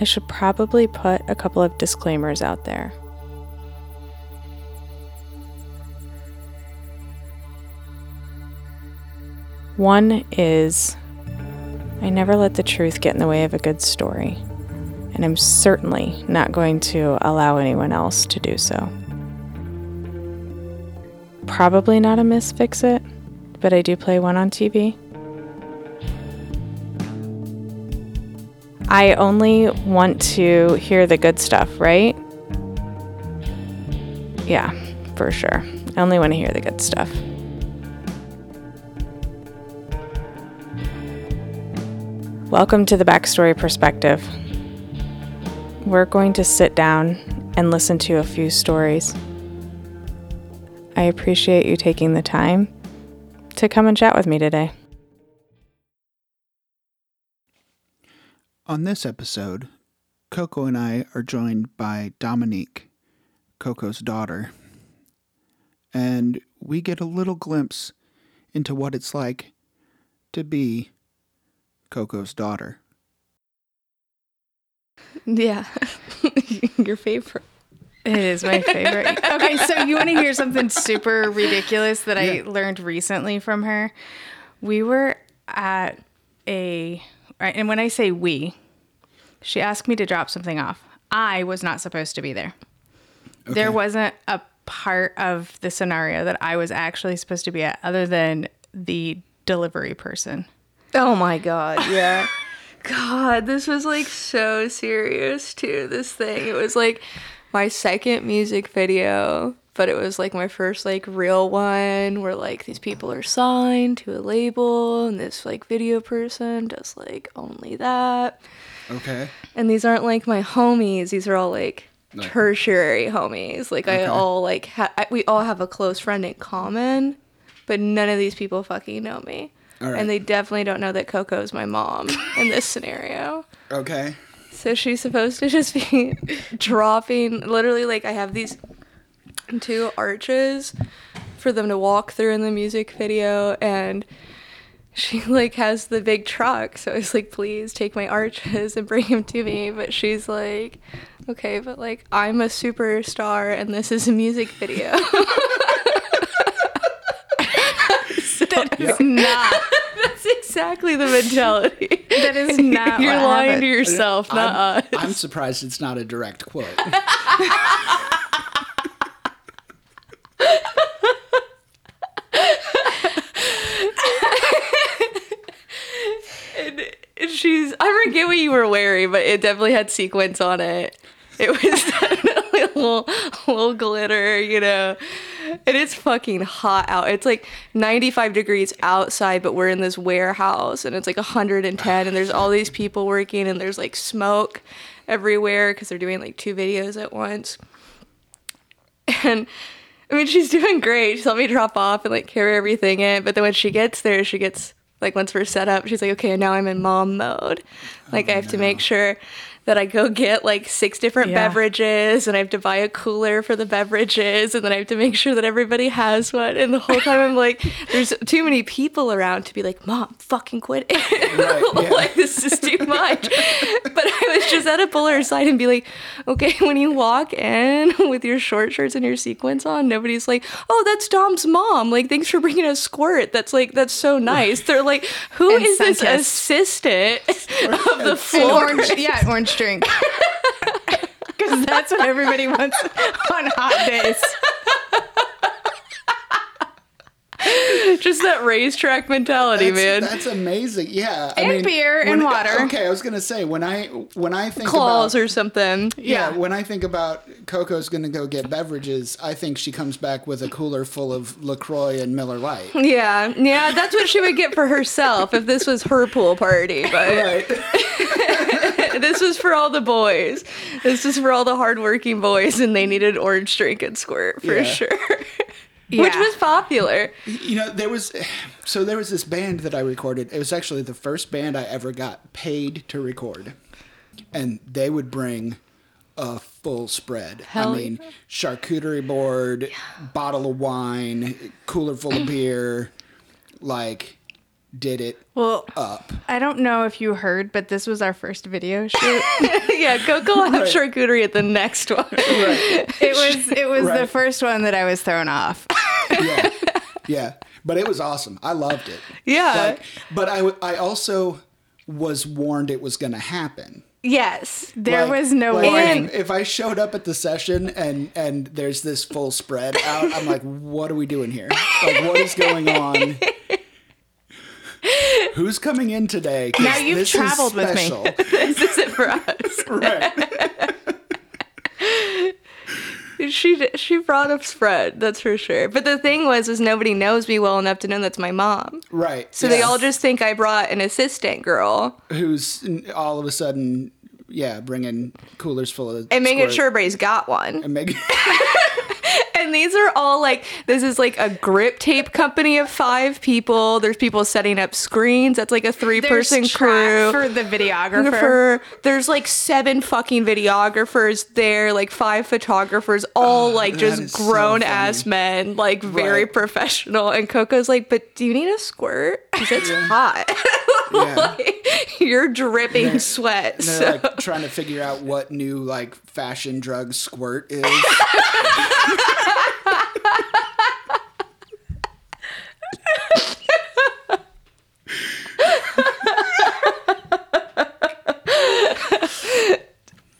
I should probably put a couple of disclaimers out there. One is I never let the truth get in the way of a good story, and I'm certainly not going to allow anyone else to do so. Probably not a Miss Fix It, but I do play one on TV. I only want to hear the good stuff, right? Yeah, for sure. I only want to hear the good stuff. Welcome to the Backstory Perspective. We're going to sit down and listen to a few stories. I appreciate you taking the time to come and chat with me today. On this episode, Coco and I are joined by Dominique, Coco's daughter, and we get a little glimpse into what it's like to be Coco's daughter. Yeah. Your favorite. It is my favorite. okay, so you want to hear something super ridiculous that I learned recently from her? We were at a, right, and when I say we, she asked me to drop something off. I was not supposed to be there. There Okay. wasn't a part of the scenario that I was actually supposed to be at other than the delivery person. Oh my god, yeah. God, this was like so serious too, this thing. It was like my second music video, but it was like my first like real one where like these people are signed to a label and this like video person does like only that. Okay. And these aren't like my homies. These are all like Like- tertiary homies. Like I all like ha- I, we all have a close friend in common, but none of these people fucking know me. All right. And they definitely don't know that Coco is my mom in this scenario. Okay. So she's supposed to just be dropping literally like I have these two arches for them to walk through in the music video and she like has the big truck so I was like please take my arches and bring him to me but she's like okay but like I'm a superstar and this is a music video That is not. that's exactly the mentality That is not. you're what lying happened. to yourself not us I'm surprised it's not a direct quote. And she's I forget what you were wearing, but it definitely had sequins on it. It was definitely a little, a little glitter, you know. And it's fucking hot out. It's like 95 degrees outside, but we're in this warehouse and it's like 110 and there's all these people working and there's like smoke everywhere cuz they're doing like two videos at once. And I mean, she's doing great. She's helped me drop off and like carry everything in. But then when she gets there, she gets like once we're set up, she's like, okay, now I'm in mom mode. Like I have to make sure that I go get like six different Yeah. beverages and I have to buy a cooler for the beverages and then I have to make sure that everybody has one. And the whole time I'm like, there's too many people around to be like, mom, fucking quit it. Right, yeah. like this is too much. but I was just at a polar side and be like, okay, when you walk in with your short shorts and your sequins on, nobody's like, oh, that's Dom's mom. Like, thanks for bringing a squirt. That's like, that's so nice. They're like, who And is this Sunkist. assistant of the An floor? orange, yeah, an orange drink. Because that's what everybody wants on hot days. Just that racetrack mentality, That's, man. that's amazing. Yeah. I And beer and when- water. Okay, I was gonna say when I when I think Claws about or something. yeah, yeah. when I think about Coco's gonna go get beverages, I think she comes back with a cooler full of Lacroix and Miller Lite. Yeah, yeah, that's what she would get for herself if this was her pool party. But Right. this was for all the boys. This was for all the hardworking boys, and they needed orange drink and squirt for Yeah. sure, which Yeah. was popular. You know, there was so there was this band that I recorded. It was actually the first band I ever got paid to record. And they would bring a full spread. I Hell mean, charcuterie board, bottle of wine, cooler full of beer, like did it Well, up. I don't know if you heard, but this was our first video shoot. yeah, go collab charcuterie at the next one. Right. it was it was the Right. first one that I was thrown off. Yeah. yeah. But it was awesome. I loved it. Uh-huh. Yeah. Like, but I, w- I also was warned it was going to happen. yes. There Like- was no like, warning. If, if I showed up at the session and and there's this full spread out, I'm like, what are we doing here? Like, what is going on? Who's coming in today? 'Cause Now you've this is traveled with me. special. This is it for us. right. she d- she brought up spread, that's for sure. But the thing was, was nobody knows me well enough to know that's my mom. Right. So they yeah. all just think I brought an assistant girl who's n- all of a sudden, yeah, bringing coolers full of and making squirt sure everybody's got one. and making And these are all like this is like a grip tape company of five people. There's people setting up screens. That's like a three There's person track crew. for the videographer. photographer. There's like seven fucking videographers there, like five photographers, all like is just so grown ass funny. men, like very Right. professional. And Coco's like, but do you need a squirt? Because it's hot. Yeah. like, you're dripping They're- sweat. And So. they're like trying to figure out what new like fashion drug squirt is.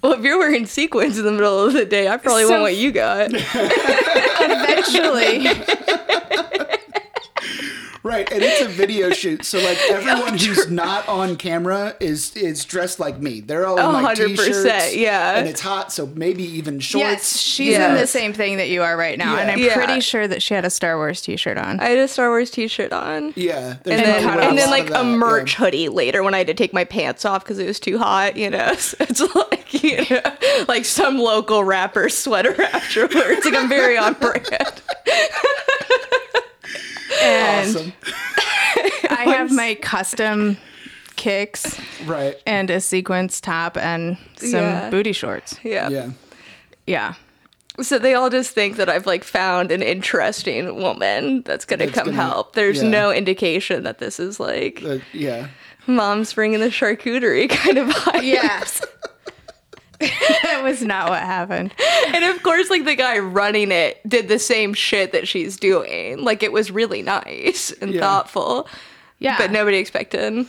well, if you're wearing sequins in the middle of the day, I probably So- want what you got. Eventually, right, and it's a video shoot, so like everyone who's not on camera is is dressed like me. They're all in like 100%, t-shirts, Oh, yeah. and it's hot, so maybe even shorts. yes, she's in Yes. the same thing that you are right now, and I'm Yeah. pretty sure that she had a Star Wars T-shirt on. I had a Star Wars T-shirt on. Yeah, And And then, cut and out then a lot like a merch hoodie later when I had to take my pants off because it was too hot, you know. So it's like you know, like some local rapper sweater afterwards. Like I'm very on brand. and Awesome, I have my custom kicks right? and a sequence top and some Yeah. booty shorts. Yeah. Yeah, Yeah. So they all just think that I've like found an interesting woman that's gonna That's come gonna- help. There's yeah. no indication that this is like Uh, yeah. mom's bringing the charcuterie kind of vibe. that was not what happened. And of course, like the guy running it did the same shit that she's doing. Like it was really nice and Yeah. thoughtful. Yeah. But nobody expected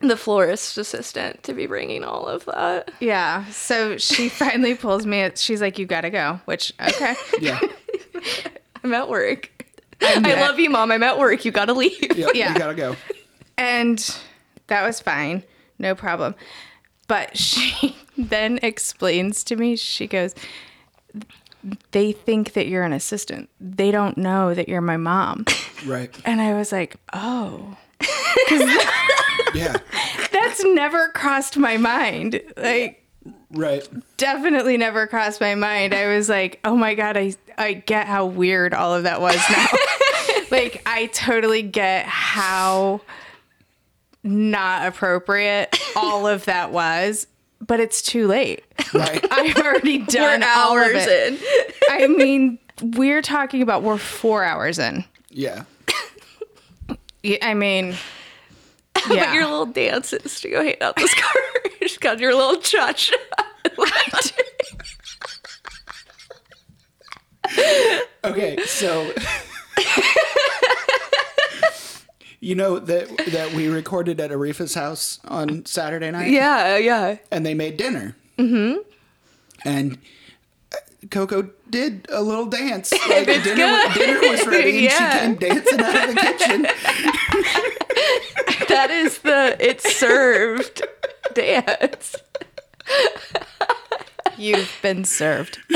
the florist assistant to be bringing all of that. Yeah. So she finally pulls me. at- She's like, you got to go, which, okay. Yeah, I'm at work. I love you, mom. I'm at work. You gotta leave. yeah, Yeah. you gotta go. And that was fine. No problem. But she then explains to me, she goes, they think that you're an assistant. They don't know that you're my mom. Right, And I was like, oh. yeah, That's never crossed my mind. Like right, definitely never crossed my mind. I was like, "Oh my god, I I get how weird all of that was now." like I totally get how not appropriate all of that was, but it's too late. right, I've already done We're all of hours it. in. I mean, we're talking about we're 4 hours in. yeah, Y- I mean, But your yeah. little dances to go hang out this car. She's got your little cha cha. Okay, so you know that that we recorded at Arifa's house on Saturday night, Yeah, yeah. and they made dinner. Mm-hmm. And Coco did a little dance. Like It's dinner, good. dinner was ready, Yeah. and she came dancing out of the kitchen. That is the it's served dance. You've been served.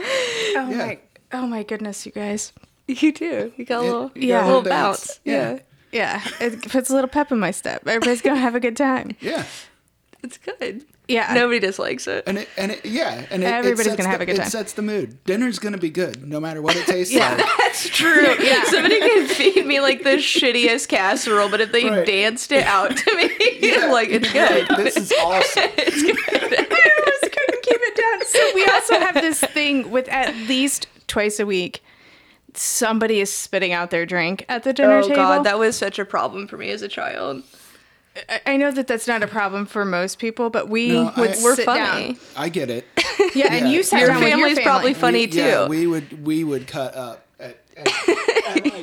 oh Yeah. my oh my goodness, you guys. You do. You got a little, got You a yeah, little little dance. bounce. Yeah. yeah. Yeah, it puts a little pep in my step. Everybody's gonna have a good time. Yeah, It's good. Yeah. Nobody dislikes it. and it and it yeah, and it, it Everybody's sets gonna have the- a good time. It sets the mood. Dinner's gonna be good, no matter what it tastes like. That's true. Somebody can feed me like the shittiest casserole, but if they Right. danced it out to me, like it's good. Like, this is awesome. I was gonna keep it down. So we also have this thing with at least twice a week somebody is spitting out their drink at the dinner oh table. god, that was such a problem for me as a child. I- I know that that's not a problem for most people, but we No, would I- sit We're down. funny. I get it. Yeah, and Yeah. you sat Your down with your family's family. probably funny We- too. Yeah, we would we would cut up. At, at,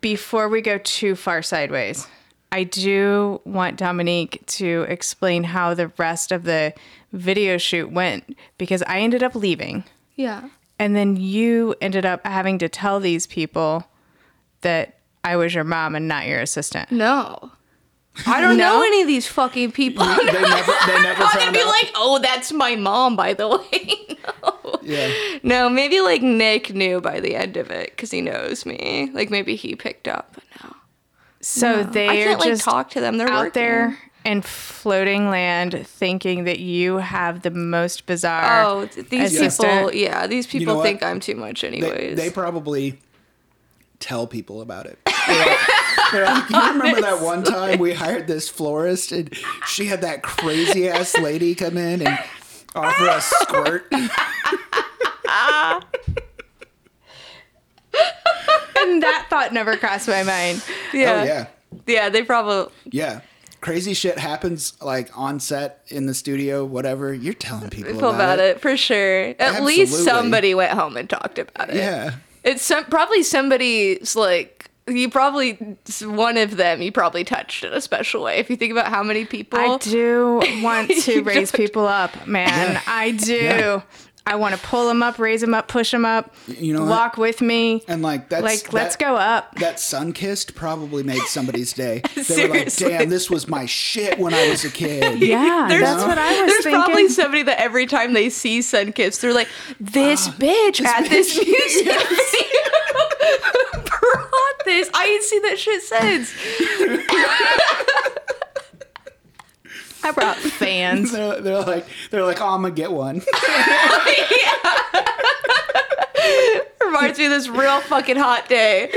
Before we go too far sideways, I do want Dominique to explain how the rest of the video shoot went because I ended up leaving, yeah. and then you ended up having to tell these people that I was your mom and not your assistant. No. I don't No? know any of these fucking people. they never they never I'm gonna found be out. like, oh, that's my mom, by the way. no. yeah, No, maybe like Nick knew by the end of it because he knows me. Like maybe he picked up, but no. So they I can't are like just talk to them. They're out working. there in floating land thinking that you have the most bizarre. Oh, th- these assistant. people. Yeah, these people know what? think I'm too much, they, anyways. they probably tell people about it. They're like- they're like, you remember that one time we hired this florist and she had that crazy ass lady come in and offer us squirt. Oh, And that thought never crossed my mind. yeah. Oh yeah, yeah, They probably. yeah. Crazy shit happens like on set in the studio, whatever. You're telling people, People about it. for sure. At least Absolutely. somebody went home and talked about it. Yeah, It's some, probably somebody's like you probably one of them you probably touched in a special way. If you think about how many people I do want to You raise don't- people up, man. Yeah. I do. Yeah. I want to pull them up, raise them up, push them up. you know what? walk with me. and like that's like, let's that- go up. that sun kissed probably made somebody's day. They Seriously. were like, damn, this was my shit when I was a kid. Yeah, There's- that's what I was There's thinking. probably somebody that every time they see Sunkiss, they're like, "This bitch had this music video, brought this. I ain't seen that shit since." I brought fans. They're, they're like, they're like, oh, I'm gonna get one. Reminds me of this real fucking hot day.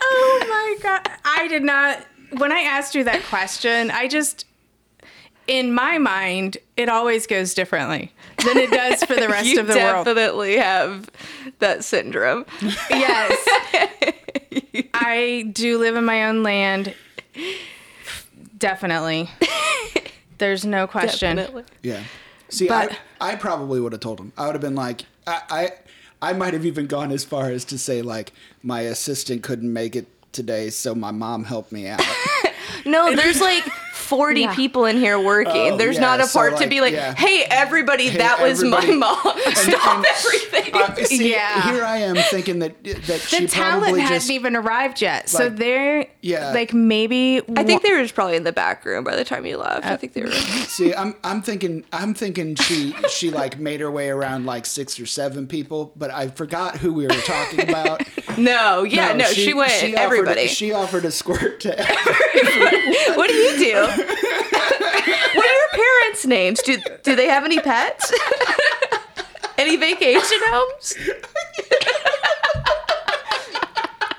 Oh my god. I did not when I asked you that question, I just in my mind, it always goes differently than it does for the rest you of the world. definitely have that syndrome. Yes. I do live in my own land. Definitely. There's no question. Definitely. Yeah. See, But- I, I probably would have told him. I would have been like, I, I, I might have even gone as far as to say like, my assistant couldn't make it today, so my mom helped me out. No, there's like 40 Yeah. people in here working. Oh, there's yeah, not a so, part to like, be like, yeah. "Hey, everybody, that was everybody." my mom." Stop And- everything. uh, see, Yeah. Here I am thinking that that The she talent probably hadn't just even arrived yet. so like, they're yeah. like maybe I think they were just probably in the back room by the time you left. I think they were. See, I'm I'm thinking I'm thinking she she like made her way around like six or seven people, but I forgot who we were talking about. No, yeah, no, she, went. offered- everybody. she offered a squirt to what do you do? what are your parents' names? Do do they have any pets? any vacation homes?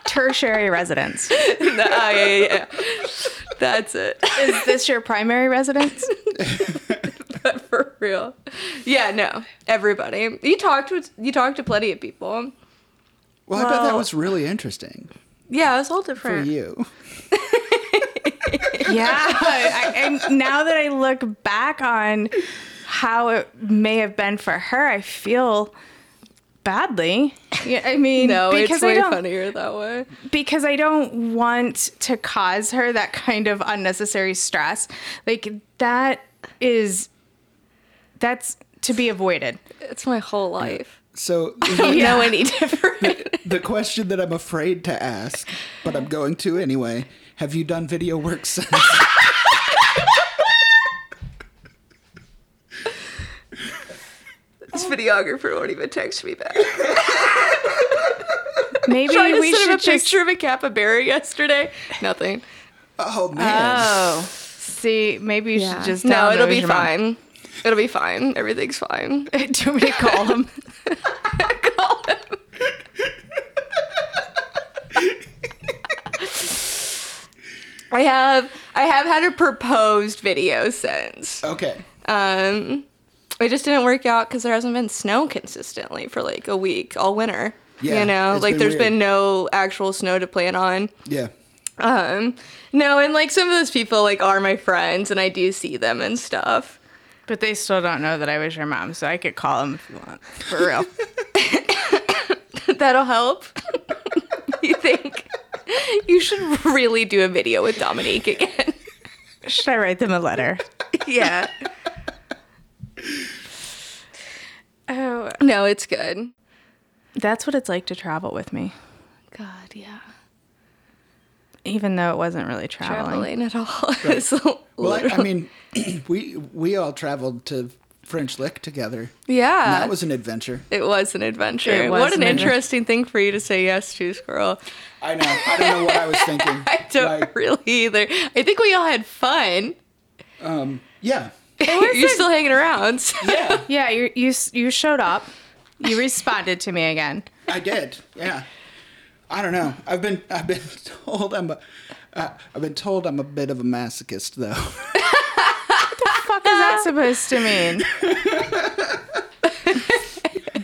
tertiary residence. No, oh, yeah, yeah, yeah. That's it. Is this your primary residence? For real. Yeah, no. Everybody. You talked with you talked to plenty of people. Well, I bet that Well- was really interesting Yeah, it was all for different. you. Yeah. I, and now that I look back on how it may have been for her, I feel badly. Yeah, I mean, No, because it's way I don't funnier that way. because I don't want to cause her that kind of unnecessary stress. Like that is that's to be avoided. It's my whole life. So I don't know any different. the question that I'm afraid to ask, but I'm going to anyway. Have you done video work since? this videographer won't even text me back. Maybe Trying to we send him a should just picture of a capybara yesterday. Nothing. Oh man, oh see. Maybe you should just tell no. him It'll it was be your mom. fine. It'll be fine. Everything's fine. Do you want me to call him? I Oh. have I have had a proposed video since. okay. Um, it just didn't work out because there hasn't been snow consistently for like a week all winter. Yeah, you know, it's like been there's weird. been no actual snow to plan on. Yeah. Um, no, and like some of those people like are my friends, and I do see them and stuff. But they still don't know that I was your mom, so I could call them if you want. For real. That'll help. you think you should really do a video with Dominique again? Should I write them a letter? yeah. Oh, No, it's good. that's what it's like to travel with me, God, yeah. even though it wasn't really traveling. Traveling at all. is Well, I, I literally- mean, we we all traveled to French Lick together. yeah. That was an adventure. It was an adventure. It was what an an adventure. interesting thing for you to say yes to, Squirrel. I know. I don't know what I was thinking. I don't Like, really either. I think we all had fun. um, yeah. You're still hanging around. so- Yeah. Yeah, you you s- you showed up. You responded to me again. I did. Yeah. I don't know. I've been I've been told I'm a uh, I've been told I'm a bit of a masochist though. fuck is that supposed to mean?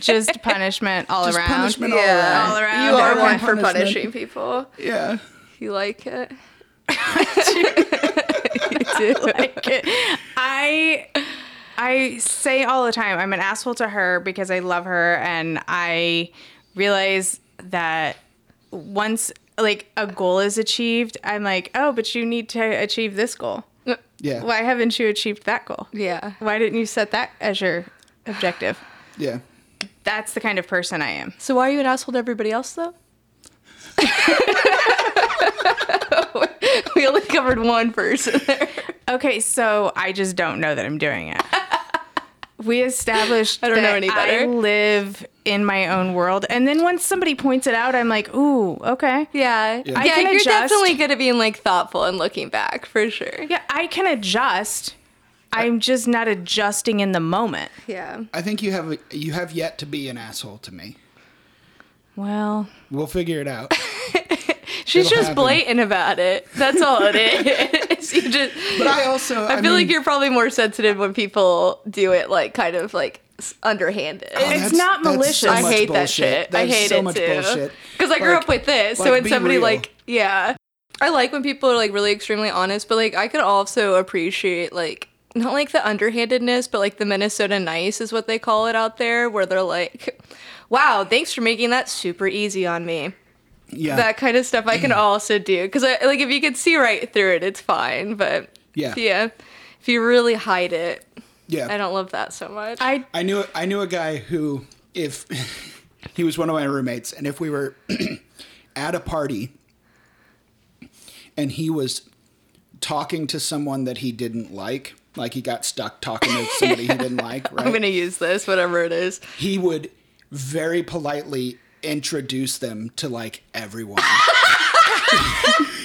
Just punishment all Just around. punishment all Yeah. around. All around. You are Everyone one for punishment. punishing people. Yeah. You like it. like it. I I say all the time I'm an asshole to her because I love her and I realize that once like a goal is achieved, I'm like, "Oh, but you need to achieve this goal. Yeah. Why haven't you achieved that goal? Yeah. Why didn't you set that as your objective?" Yeah. That's the kind of person I am. So why are you an asshole to everybody else though? we only covered one person there. Okay, so I just don't know that I'm doing it. We established I don't know that any better. I live in my own world, and then once somebody points it out, I'm like, ooh, okay. Yeah. Yeah, I can you're adjust. definitely good at being like thoughtful and looking back for sure. Yeah, I can adjust. I'm just not adjusting in the moment. Yeah. I think you have you have yet to be an asshole to me. Well, We'll figure it out. She's It'll just happen. blatant about it. That's all it is. you just, But I also I, I, feel like mean, you're probably more sensitive when people do it like kind of like s- underhanded. it's oh, that's- not that's so malicious. much I hate that bullshit. shit. That I is hate so it much too. bullshit. Because I grew Like- up with this, like, so when be somebody real. like yeah, I like when people are like really extremely honest, but like I could also appreciate like not like the underhandedness, but like the Minnesota nice is what they call it out there, where they're like, "Wow, thanks for making that super easy on me." yeah. that kind of stuff I can also do because I like if you can see right through it, it's fine. But Yeah. yeah, if you really hide it, yeah. I don't love that so much. I I knew I knew a guy who if he was one of my roommates and if we were at a party and he was talking to someone that he didn't like, like he got stuck talking to somebody he didn't like, right? I'm gonna use this, whatever it is. he would very politely introduce them to like everyone.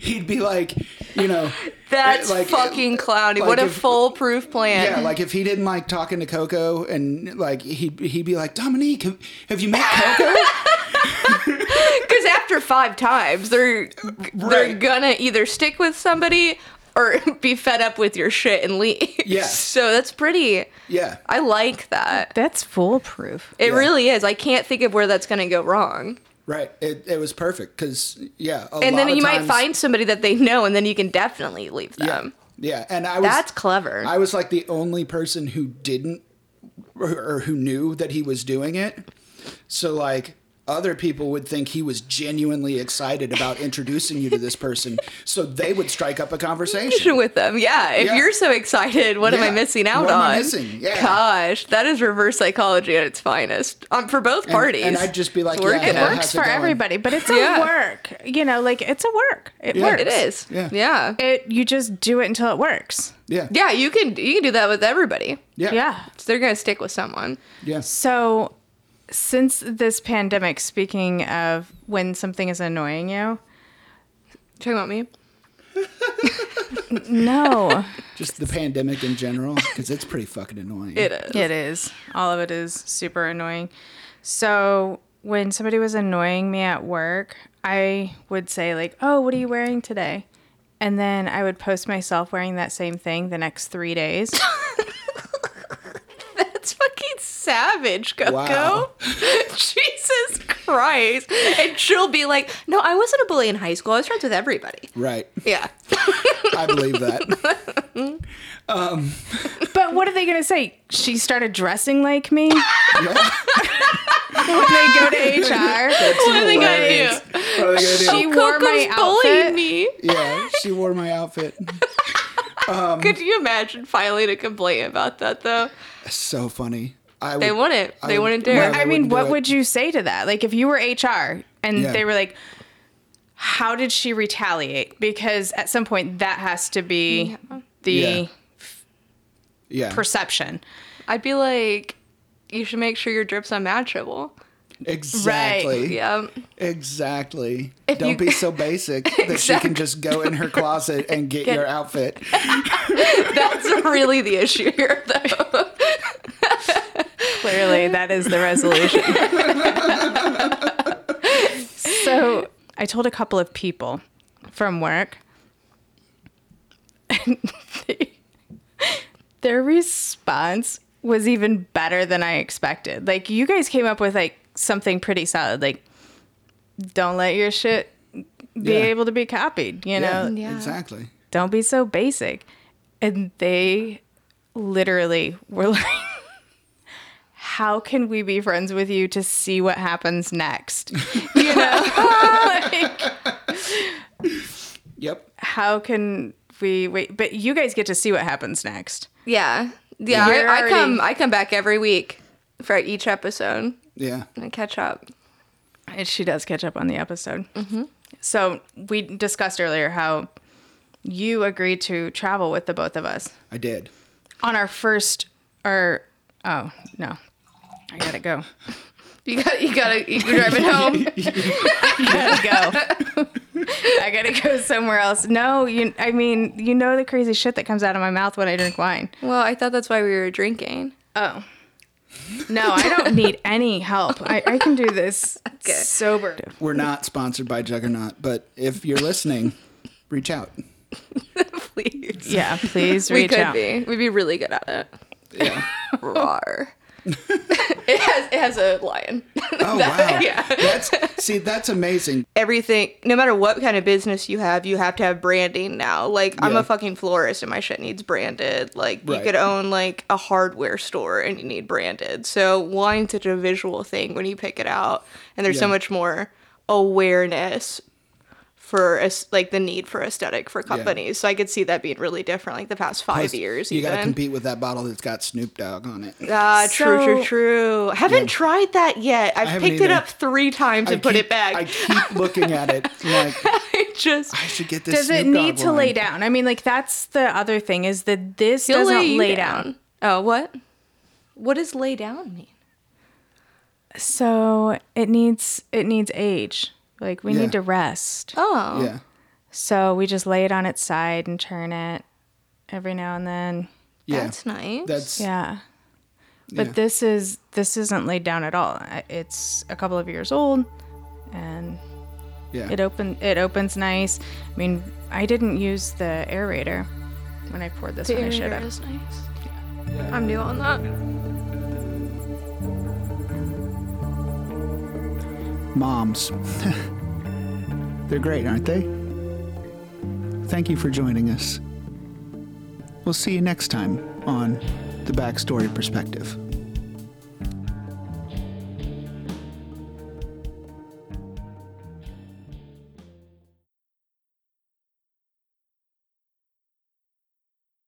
He'd be like, you know, That's like- fucking clowny. like what a if- foolproof plan. Yeah, like if he didn't like talking to Coco, and like he he'd be like, Dominique, have, have you met Coco? Because after five times, they're they're Right. gonna either stick with somebody or be fed up with your shit and leave. Yes. So that's pretty. yeah, I like that. that's foolproof. It Yeah. really is. I can't think of where that's gonna go wrong. right. It it was perfect because yeah, a and lot then of you might times- find somebody that they know, and then you can definitely leave yeah, them. yeah, and I was That's clever. I was like the only person who didn't or, or who knew that he was doing it. So like other people would think he was genuinely excited about introducing you to this person, so they would strike up a conversation. with them, yeah. If Yeah. you're so excited, what am I Yeah. missing out What am on? I missing? Yeah. Gosh, that is reverse psychology at its finest um, for both parties. and I'd just be like, It's yeah, working. It yeah, works how's it for going? everybody, but it's a Yeah. work. You know, like it's a work. It Yeah. works. it is. Yeah. yeah, It you just do it until it works. Yeah, yeah. You can you can do that with everybody. yeah, yeah. So they're gonna stick with someone. yeah. So, since this pandemic, speaking of when something is annoying you, talking about me? no, Just the pandemic in general, because it's pretty fucking annoying. It is. it is. All of it is super annoying. So, when somebody was annoying me at work, I would say, like, oh, what are you wearing today? And then I would post myself wearing that same thing the next three days. savage, Coco. Wow. Jesus Christ. And she'll be like, No, I wasn't a bully in high school. I was friends with everybody. Right. Yeah. I believe that. But what are they gonna say? She started dressing like me when Yeah. they go to HR. what are they Hilarious. going to do? What are they gonna do? She wore my Coco's outfit. bullying me. Yeah, she wore my outfit. Could you imagine filing a complaint about that, though? So funny. I They would- wouldn't. I They would- wouldn't dare. no, I they mean, wouldn't do what it. would you say to that? Like, if you were HR and Yeah. they were like, "How did she retaliate?" Because at some point, that has to be the Yeah. Yeah, perception. I'd be like, You should make sure your drip's unmatchable. exactly. Yeah. Exactly. If Don't you- be so basic that she can just go in her closet and get your outfit. That's really the issue here, though. Clearly, that is the resolution. so, I told a couple of people from work, and they, their response was even better than I expected. Like, you guys came up with like something pretty solid. Like, don't let your shit be Yeah. able to be copied. You know, Yeah. Exactly. don't be so basic. And they literally were like, how can we be friends with you to see what happens next? You know, like, Yep. how can we wait? But you guys get to see what happens next. Yeah. Yeah. You're I, I already- come I come back every week for each episode Yeah. and catch up. And she does catch up on the episode. So we discussed earlier how you agreed to travel with the both of us I did. on our first, or, oh, no, I gotta go. You got you gotta you're driving home. gotta go. I gotta go somewhere else. No, you. I mean, you know the crazy shit that comes out of my mouth when I drink wine. Well, I thought that's why we were drinking. Oh. No, I don't need any help. I, I can do this sober. We're not sponsored by Juggernaut, but if you're listening, reach out. Please. Yeah, please We reach could out. be. We'd be really good at it. Yeah. Rawr. it has it has a lion. Oh wow. yeah. That's see, that's amazing. Everything no matter what kind of business you have, you have to have branding now. Like I'm Yeah. a fucking florist and my shit needs branded. Like Right. you could own like a hardware store and you need branded. So wine's such a visual thing when you pick it out and there's so Yeah. much more awareness for es- like the need for aesthetic for companies. So I could see that being really different like the past 5 years You even. gotta compete with that bottle that's got Snoop Dogg on it. Ah, true, So- true, true. Haven't tried that yet. I've haven't picked it either. up three times and put keep- it back. I I, keep looking at it like just I should get this. Does it Snoop need Dogg to lay wine. down? I mean, like that's the other thing is that this He'll doesn't lay, you down. Oh, what? What does lay down mean? So it needs it needs age. Like we Yeah. need to rest. Oh, Yeah. So we just lay it on its side and turn it every now and then. Yeah. that's nice. That's Yeah. But Yeah. this is this isn't laid down at all. I- It's a couple of years old and yeah. it open it opens nice. I mean, I didn't use the aerator when I poured this one. I should have. is nice. I'm new on that. moms. They're great, aren't they? Thank you for joining us. We'll see you next time on The Backstory Perspective.